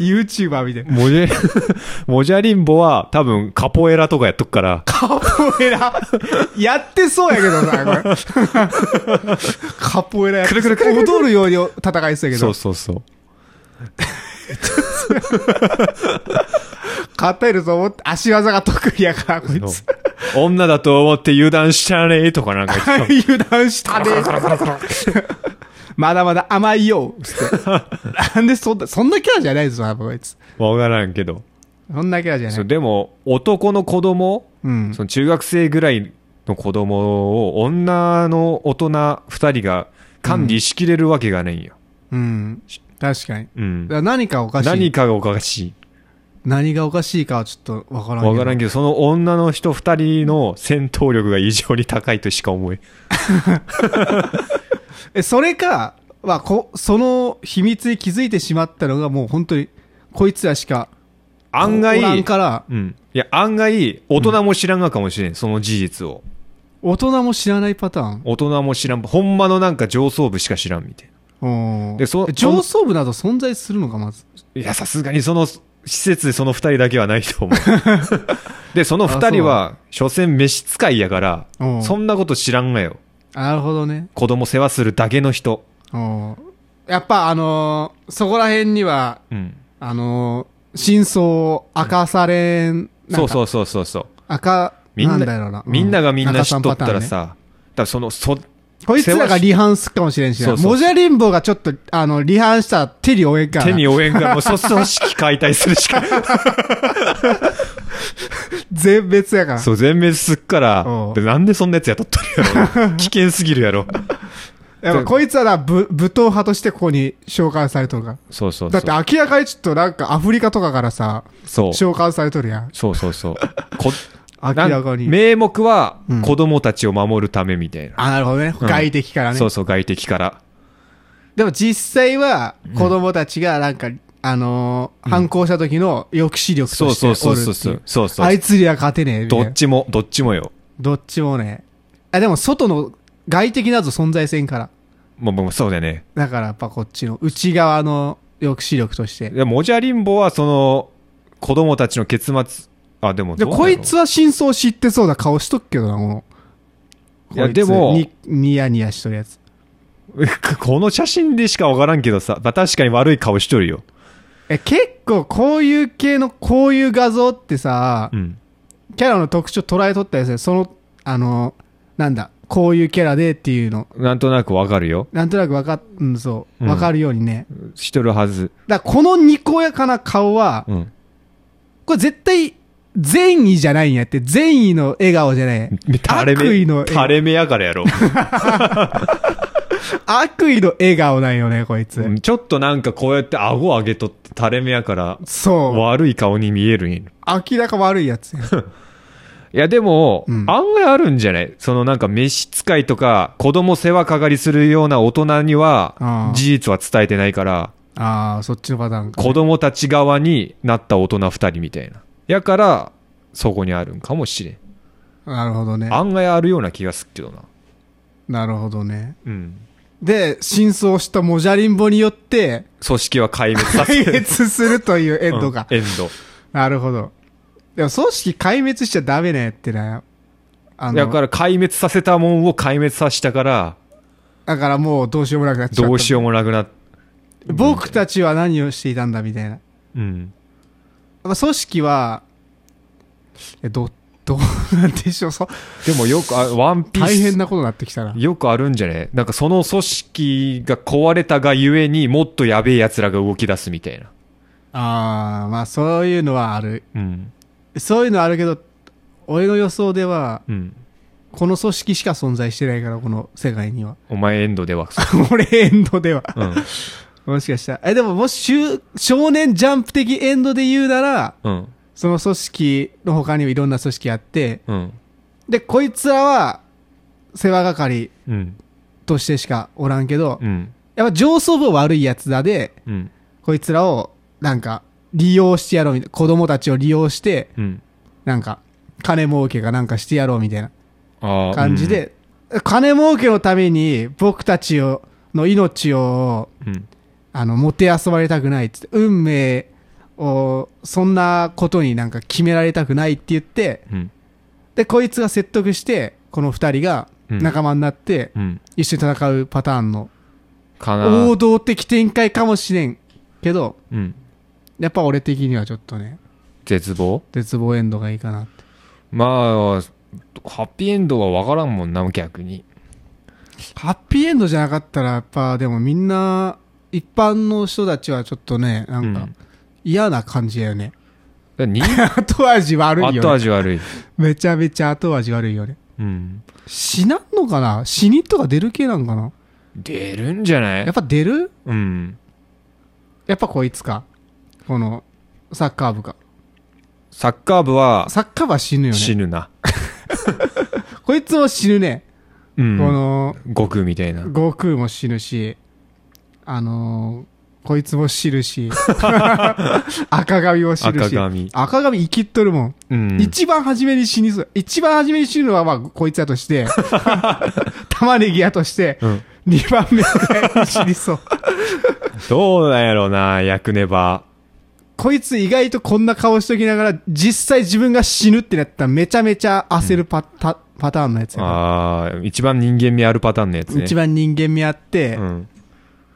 S1: ?YouTuber みたいな。
S2: モジャ、 モジャリンボは多分カポエラとかやっとくから、
S1: カポエラやってそうやけどな、これ。カポエラやって
S2: くるくるくるく
S1: 踊るように戦いそうやけ
S2: そ
S1: ど
S2: う。そうそう。
S1: 勝てると思って、足技が得意やから、こいつ。
S2: 女だと思って油断しちゃうねとかなんか言ってたもん
S1: 油断したね。まだまだ甘いよ。つってなんでそんな、そんなキャラじゃないぞ、やっぱこいつ。
S2: わからんけど。
S1: そんなキャラじゃな
S2: そう
S1: い。
S2: でも、男の子供、
S1: うん。
S2: その中学生ぐらいの子供を女の大人二人が管理しきれるわけがないんよ。
S1: うん。確かに。
S2: うん
S1: だから何かおかしい。
S2: 何かがおかし
S1: 何がおかしいかはちょっとわから
S2: い。
S1: んけど。
S2: わからんけど、その女の人二人の戦闘力が異常に高いとしか思え。
S1: え、それか、まあ、こ、その秘密に気づいてしまったのがもう本当に、こいつらしか、
S2: 案
S1: おらん
S2: 外、
S1: から、
S2: うん。いや、案外、大人も知らんがかもしれん、その事実を。
S1: 大人も知らないパターン。
S2: 大人も知らん、ほんまのなんか上層部しか知らんみたい
S1: おー
S2: でそ
S1: 上層部など存在するのか、まず。
S2: な。いや、さすがにその、施設でその二人だけはない と思う。で、その二人は、所詮召使いやから
S1: う、ん
S2: そんなこと知らんがよ。
S1: あなるほどね。
S2: 子供世話するだけの人。
S1: おーやっぱ、あのーそこら辺には、
S2: うん。
S1: あのー真相を明かされん、なんか
S2: そうそうそうそうそう。
S1: 明か、
S2: みんな
S1: なんだろうな。
S2: みんながみんな知っとったら
S1: うん明かさんパターンね
S2: さ、だからその、そ、
S1: こいつらが離反すっかもしれんしな
S2: そうそうそう
S1: モジャリンボがちょっと、あの、離反したら手に負えんからな。
S2: 手に応援がもう、そそ組織解体するしか。
S1: 全滅やから。
S2: そう、全滅すっから
S1: うん、
S2: でなんでそんなやつ雇っとるや ろ。危険すぎるやろ。
S1: やっぱこいつはな、ぶ武闘派としてここに召喚されとるから。
S2: そうそう
S1: だ
S2: そう。
S1: って明らかにちょっとなんかアフリカとかからさ、
S2: そう。
S1: 召喚されとるやん。
S2: そうそうそう。こ
S1: 明
S2: なん
S1: らかに。
S2: 名目は
S1: うん
S2: 子供たちを守るためみたいな。
S1: あ、なるほどね。
S2: うん
S1: 外敵からね。
S2: そうそう、外敵から。
S1: でも実際は子供たちがなんか、あのー反抗した時の抑止力
S2: そ
S1: と
S2: う
S1: して
S2: そ
S1: おる
S2: う
S1: ってい。
S2: そううそうそう。そうそ
S1: あ
S2: う
S1: い。つには勝てねえみたい
S2: ど
S1: な。
S2: っちも、どっちもよ。
S1: どっちもね。あ、でも外の外敵など存在せんから。
S2: もう、もう、そうだよね。
S1: だからやっぱこっちの内側の抑止力として。
S2: で、モジャリンボはその、子供たちの結末、あ、でも
S1: で、
S2: どうなの
S1: こいつは真相を知ってそうな顔しとくけどな、この。
S2: いや
S1: こつ
S2: でも
S1: に、ニヤニヤしとるやつ。
S2: この写真でしかわからんけどさ、まあ確かに悪い顔しとるよ。
S1: え、結構こういう系の、こういう画像ってさ
S2: う、ん。
S1: キャラの特徴捉えとったりする。その、あの、なんだ、こういうキャラでっていうの。
S2: なんとなくわかるよ。
S1: なんとなくわかっ、うん、そう。
S2: うん
S1: わかるようにね。
S2: しとるはず。
S1: だからこのにこやかな顔は、
S2: うん。
S1: これ絶対、善意じゃないんやって。善意の笑顔じゃない。
S2: 垂
S1: 悪
S2: れ
S1: 意の
S2: 目、
S1: 絵
S2: 垂れ目やから やろ。
S1: 悪意の笑顔なんよね、こいつ。
S2: うんちょっとなんかこうやって顎上げとって垂れ目やから、
S1: そう。
S2: 悪い顔に見えるんや
S1: 明らか悪いやつや。
S2: いやでも、
S1: うん
S2: 案外あるんじゃないそのなんか召使いとか子供世話かかりするような大人に
S1: あ
S2: は
S1: ー
S2: 事実は伝えてないから
S1: ああ、そっちのパターンか。
S2: 子供たち側になった大人2人みたいなやからそこにあるんかもしれん
S1: なるほどね。
S2: 案外あるような気がするけどな
S1: なるほどね。
S2: うん
S1: で、真相を知ったモジャリンボによって、
S2: 組織は壊滅させ
S1: 解
S2: る
S1: 決するというエンドが。
S2: うんエンド
S1: なるほど。でも組織壊滅しちゃダメねってな。あの
S2: だから壊滅させたもんを壊滅させたから
S1: だからもうどうしようもなくなっちゃった。
S2: どうしようもなくなっ
S1: 僕たちは何をしていたんだみたいな。
S2: うん
S1: まあ、組織は、え、ど、どうなんでしょう。そう
S2: でもよくあワンピース
S1: 大変なことになってきたな。
S2: よくあるんじゃねなんかその組織が壊れたがゆえにもっとやべえ奴らが動き出すみたいな。
S1: ああ、まあそういうのはある。
S2: うん。
S1: そういうのはあるけど、俺の予想では、
S2: うん。
S1: この組織しか存在してないから、この世界には。
S2: お前エンドでは。
S1: 俺エンドでは。
S2: うん。
S1: もしかしたら。え、でももししゅ、少年ジャンプ的エンドで言うなら、
S2: うん。
S1: その組織の他にもいろんな組織あって、
S2: うん。
S1: で、こいつらは、世話係
S2: うん。
S1: としてしかおらんけど、
S2: うん。
S1: やっぱ上層部は悪いやつだで、
S2: うん。
S1: こいつらを、なんか、利用してやろうみたいな。子供たちを利用して、
S2: うん。
S1: なんか、金儲けかなんかしてやろうみたいな
S2: ああ。
S1: 感じ。で、金儲けのために僕たちを、の命を、
S2: うん。
S1: あの、もてあそばれたくないっつって、運命を、そんなことになんか決められたくないって言って、
S2: うん。
S1: で、こいつが説得して、この二人が
S2: うん
S1: 仲間になって、
S2: うん。
S1: 一緒に戦うパターンの、
S2: かな。
S1: 王道的展開かもしれんけど、
S2: うん。
S1: やっぱ俺的にはちょっとね、
S2: 絶望
S1: 絶望エンドがいいかなって。
S2: まあ、ハッピーエンドはわからんもんな、逆に。
S1: ハッピーエンドじゃなかったら、やっぱでもみんな、一般の人たちはちょっとね、なん
S2: う
S1: か
S2: ん、
S1: 嫌な感じだよね。
S2: だからに
S1: 後味悪いよね。
S2: 後味悪い。
S1: めちゃめちゃ後味悪いよね。
S2: うん。
S1: 死なんのかな死にとか出る系なんかな
S2: 出るんじゃな
S1: やっ
S2: い
S1: ぱ出る
S2: うん。
S1: やっぱこいつか。この、サッカー部か。
S2: サッカー部は
S1: サッカー部は死ぬよ
S2: 死
S1: ね。
S2: ぬな。
S1: こいつも死ぬね。
S2: う
S1: こ
S2: ん。
S1: の、
S2: 悟空みたいな。
S1: 悟空も死ぬし、あのーこいつも死ぬし、 赤髪も死ぬし。
S2: 赤髪
S1: 赤髪生きっとるもん。
S2: うん。
S1: 一番初めに死にそう。一番初めに死ぬのはまあ、こいつやと して、玉ねぎやとして、
S2: うん
S1: 二番目ぐらいに死に そう。
S2: どうなんやろな、役ネバ。
S1: こいつ意外とこんな顔しときながら、実際自分が死ぬってなったらめちゃめちゃ焦るパ,、タパターンのやつやな
S2: ああ、一番人間味あるパターンのやつね。
S1: 一番人間味あって、
S2: うん。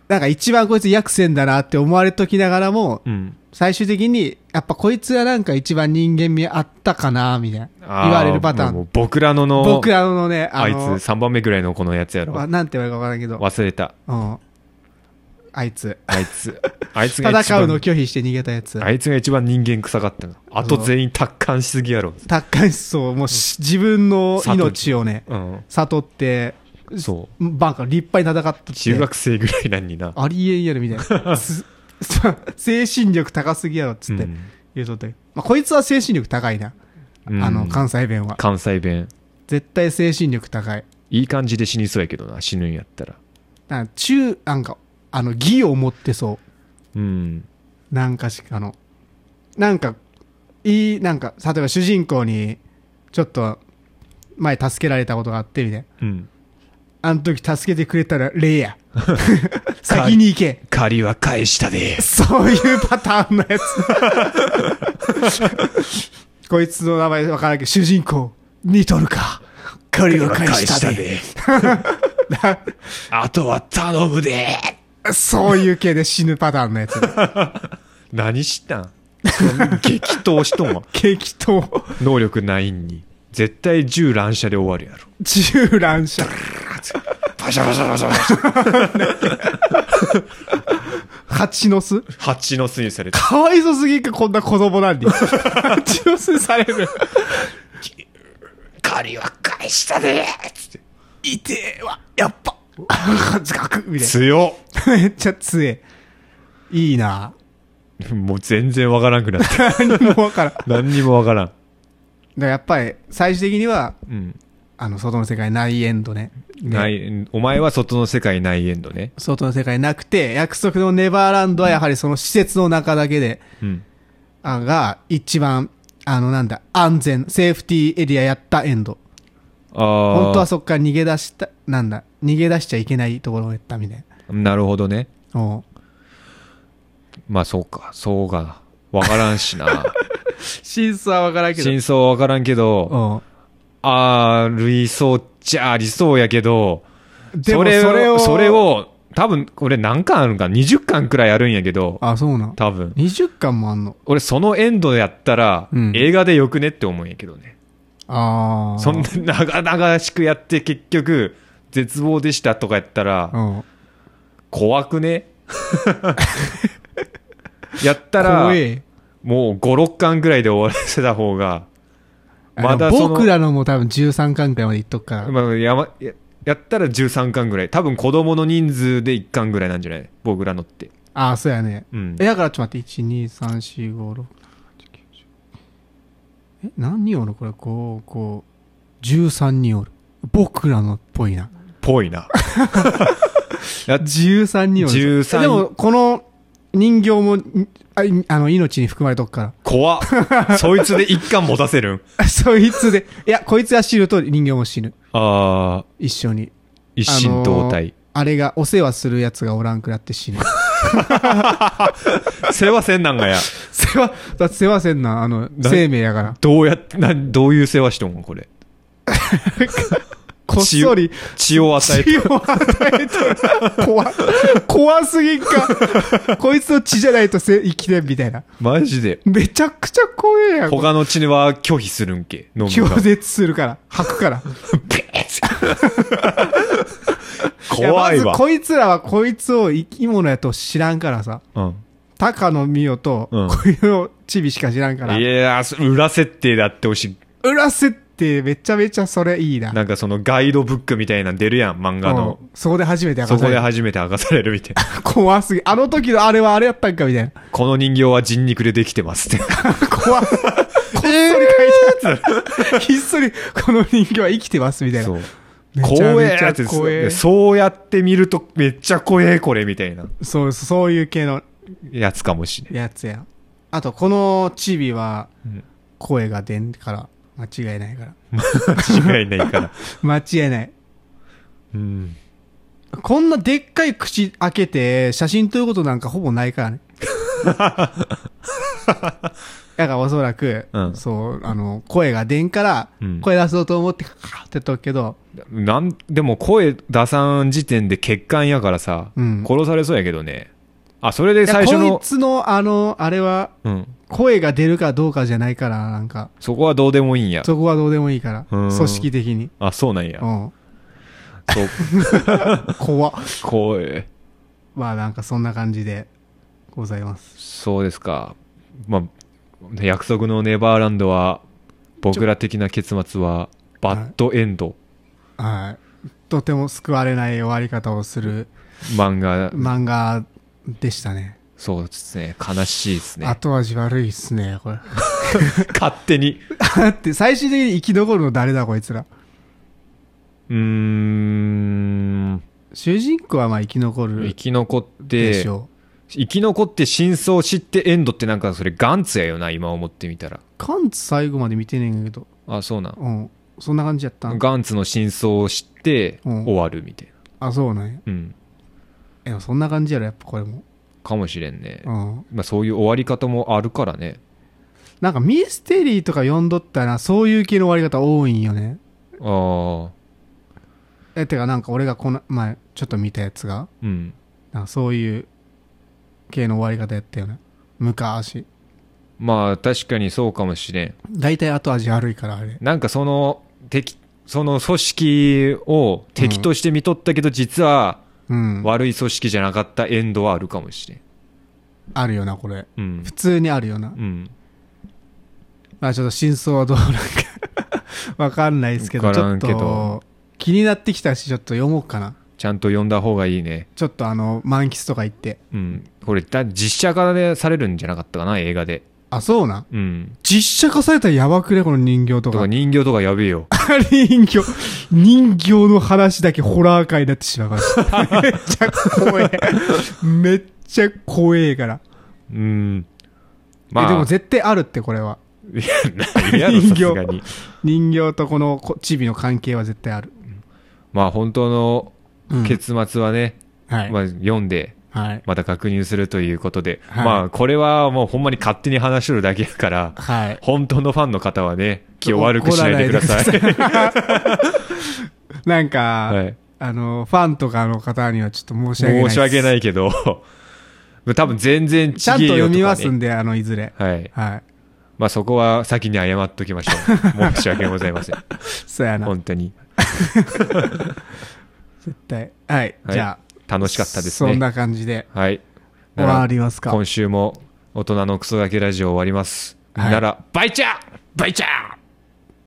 S1: なんか一番こいつ役せんだなって思われときながらも、
S2: うん。
S1: 最終的に、やっぱこいつはなんか一番人間味あったかなみたいな。言
S2: あー
S1: われるパター
S2: もうも
S1: ン。
S2: う僕らのの、
S1: 僕らのね、
S2: あ
S1: あ
S2: いつ
S1: の、
S2: 3番目ぐらいのこのやつやろ。
S1: わなんて言われるかわからんけど、
S2: 忘れた。
S1: うん。あいつ。
S2: あい つ。あいつが一
S1: 戦うのを
S2: 番、
S1: 拒否して逃げたやつ。
S2: あいつが一番人間臭かったの。あと全員達観しすぎやろ。
S1: 達観しそう。もうし自分の命をね、
S2: うん。
S1: 悟って、
S2: そう。
S1: バカ、立派に戦ってて
S2: 中学生ぐらいなんにな。
S1: ありえんやろみたい なすそう精神力高すぎやろっつって
S2: うん
S1: 言うとって、まあ、こいつは精神力高いな、
S2: うん
S1: あの関西弁は
S2: 関西弁。
S1: 絶対精神力高い
S2: いい感じで死にそうやけどな、死ぬんやったら。
S1: なんか中なんかあの義を持ってそ
S2: うん。
S1: うなんかしあのなんかいいなんか例えば主人公にちょっと前助けられたことがあってみたいな
S2: うん。
S1: あの時助けてくれたら礼や先に行け
S2: 借りは返したで。
S1: そういうパターンのやつ。こいつの名前わからんけど、主人公、ニトルか。借りを返したで。
S2: あとは頼むで。
S1: そういう系で死ぬパターンのやつ。
S2: 何したんその激闘しとんわ。
S1: 激闘、
S2: 能力ないんに。絶対銃乱射で終わるやろ。
S1: 銃乱射。
S2: パシャパシャパシャパシャ。
S1: 蜂の巣
S2: 蜂の巣にされて。
S1: かわいそすぎんか、こんな子供なんで。蜂の巣される。
S2: 借りは返したでつって。
S1: いてえわ、やっぱ。恥ずかく、みたい
S2: 強っ
S1: な。めっちゃ強え。いいな
S2: もう全然わからんくな った。
S1: 何もわからん。だか
S2: 何にもわからん。
S1: らやっぱり、最終的には、
S2: うん。
S1: あの、外の世界ないエンドね。ね
S2: ない、お前は外の世界ないエンドね。
S1: 外の世界なくて、約束のネバーランドはやはりその施設の中だけで、
S2: うん。
S1: あが一番、あのなんだ、安全、セーフティーエリアやったエンド。
S2: ああ。
S1: 本当はそっから逃げ出した、なんだ、逃げ出しちゃいけないところをやったみたい
S2: なるほどね。
S1: な。おう
S2: まあそうか、そうかな。わからん しな。
S1: 真相はわからんけど。
S2: 真相はわからんけど、
S1: おう
S2: ありそうっちゃありそうやけど、
S1: でも
S2: それを、それを、
S1: それを、
S2: 多分、俺何巻あるんか、20巻くらいあるんやけど、
S1: あ、そうなん。
S2: 多分。
S1: 20巻もあんの。
S2: 俺そのエンドやったら、
S1: うん
S2: 映画でよくねって思うんやけどね。
S1: ああ。
S2: そんな長々しくやって結局、絶望でしたとかやったら、
S1: おう
S2: 怖 くねやったら
S1: 怖、え。
S2: もう5、6巻ぐらいで終わらせた方が、
S1: ま
S2: ま
S1: だ
S2: だその
S1: 僕らのも多分13巻くらいまでいっとくから。
S2: まあ、やま、いややったら13巻ぐらい多分子供の人数で1巻ぐらいなんじゃない僕らのって
S1: ああ、そうやね。
S2: うん
S1: え、だからちょっと待って、1、2、3、4、5、6、7、8、9、10。え、何人おるこれ、5、5、13人おる。僕らのっぽいな。
S2: ぽ いなやっ
S1: 13人おる。
S2: 13
S1: えでも、この人形も、んあいあの、命に含まれとくか
S2: 怖っそいつで1巻持たせるん
S1: ら。 そいつで、いや、こいつが死ぬと人形も死ぬ。
S2: ああ
S1: 一緒に。
S2: 一心同体、
S1: あれが、お世話するやつがおらんくなって死ぬ。
S2: 世話せんなんがや
S1: 世話、だって世話せんな、あの、
S2: な
S1: 生命やから。
S2: どうやってなどういう世話しとんのこれ
S1: こっそり、
S2: 血を与えて
S1: 血を与えて 怖、怖すぎんか。こいつの血じゃないとせ生きれんみたいな。
S2: マジで
S1: めちゃくちゃ怖えやん。
S2: 他の血は拒否するんけ飲む
S1: 拒
S2: が
S1: 絶するから。吐くから。
S2: 怖い
S1: やま
S2: わ
S1: ずこいつらはこいつを生き物やと知らんからさ。
S2: うん
S1: 鷹の実をと、
S2: うん
S1: こういうのチビしか知らんから
S2: い。やーそ裏設定であってほしい
S1: 裏設定めちゃめちゃそれいいな。
S2: なんかそのガイドブックみたいなの出るやん漫画の
S1: うんそこで初めて明か
S2: そ
S1: さ
S2: こ
S1: れ
S2: で
S1: る
S2: 初めて明かされるみたいな
S1: 怖すぎ。あの時のあれはあれやったんかみたいな。
S2: この人形は人肉でできてますって
S1: 怖っこっそり書いてあった。ひっそり、この人形は生きてますみたいな。
S2: そう
S1: めちゃ
S2: 怖え
S1: めち
S2: ー
S1: ゃ
S2: って
S1: 怖え
S2: そうやって見るとめっちゃ怖えこれみたいな
S1: そう、そういう系の
S2: やつかもしれん
S1: やつや。あと、このチビは
S2: うん、
S1: 声が出んから、間違いないから。
S2: 間違いない から
S1: 間違いない。
S2: うん
S1: こんなでっかい口開けて、写真撮ることなんかほぼないから ね。だからおそらく、
S2: うん
S1: そう、あの、声が出んから
S2: うん、
S1: 声出そうと思って、カーってとくけど、
S2: なんでも声出さん時点で欠陥やからさ、
S1: うん
S2: 殺されそうやけどねあそれで
S1: いや
S2: 最初
S1: こ
S2: の
S1: い、つの、あの、あれは、
S2: うん、
S1: 声が出るかどうかじゃないから、なんか、
S2: そこはどうでもいいんや
S1: そこはどうでもいいから、
S2: うん
S1: 組織的に。
S2: あそうなんや
S1: うん。
S2: そう
S1: 怖っ
S2: 怖え
S1: まあなんかそんな感じでございます。
S2: そうですかまあ約束のネバーランドは僕ら的な結末はバッドエンド
S1: はい。とても救われない終わり方をする
S2: 漫画、
S1: 漫画でしたね。
S2: そうですね悲しいです ね
S1: 後味悪いっすね、これ。
S2: 勝手に
S1: だって最終的に生き残るの誰だ、こいつら。
S2: うーん
S1: 主人公はまあ生き残
S2: 生
S1: る
S2: き残っ
S1: で
S2: て
S1: しょう。
S2: 生き残って真相を知ってエンドってなんかそれガンツやよな今思ってみたら
S1: カンツ最後まで見てねえんだけど、
S2: あそうなん
S1: うん。そんな感じやったん
S2: ガンツの真相を知って
S1: うん
S2: 終わるみたいな
S1: あ、そうなんや。
S2: うん
S1: でもそんな感じやろ、やっぱこれも。
S2: かもしれんね
S1: うん。
S2: まあそういう終わり方もあるからね
S1: なんかミステリーとか読んどったら、そういう系の終わり方多いんよね。
S2: ああ
S1: え、てかなんか俺がこの前、ちょっと見たやつが、
S2: うん
S1: なんかそういう系の終わり方やったよね。昔。
S2: まあ確かにそうかもしれん
S1: 大体後味悪いから、あれ。
S2: なんかその敵その組織を敵として見とったけど、実は
S1: うん。
S2: 悪い組織じゃなかったエンドはあるかもしれん
S1: あるよな、これ。
S2: うん
S1: 普通にあるよな。
S2: うん
S1: まあちょっと真相はどうなんか わかんないですけど、
S2: わ
S1: ち
S2: から
S1: ょっ
S2: んけど
S1: と、気になってきたし、ちょっと読もうかな。
S2: ちゃんと読んだ方がいいね
S1: ちょっとあの、満喫とか行って。
S2: うんこれだ実写化でされるんじゃなかったかな映画で
S1: あ、そうなん。
S2: うん
S1: 実写化されたらやばくね、この人形と
S2: とか
S1: か。
S2: 人形とかやべえ よ
S1: 人形、人形の話だけホラー界になってしまうから。めっちゃ怖え。めっちゃ怖えから。
S2: うん
S1: えでも絶対あるって、これは。
S2: いや、ないやろ、
S1: 人形
S2: さすがに。
S1: 人形とこのこチビの関係は絶対ある。
S2: まあ、本当の
S1: うん
S2: 結末はね、
S1: はい。
S2: まあ、読んで、
S1: はい。
S2: また確認するということで、
S1: はい
S2: まあ、これはもうほんまに勝手に話しとるだけや から、
S1: はい。
S2: 本当のファンの方はね、気を悪くしないでください。
S1: なんか、
S2: はい、
S1: あの、ファンとかの方にはちょっと 申し訳ないで
S2: 申
S1: す。。
S2: し訳ないいけど、多分全然違
S1: ちゃん
S2: え
S1: と
S2: よ
S1: 読み
S2: かね
S1: ますんで、あの、いずれ。
S2: はい。
S1: はい。
S2: まあ、そこは先に謝っときましょう。 申し訳ございません。
S1: そうやな。
S2: 本当に。
S1: 絶対。はい。
S2: はい
S1: じゃあ。
S2: 楽しかったです
S1: そん
S2: ね。
S1: な感じで
S2: はい。
S1: 終わりますか。
S2: 今週も大人のクソガキラジオ終わります。
S1: はい
S2: なら、バイチャーバイチャー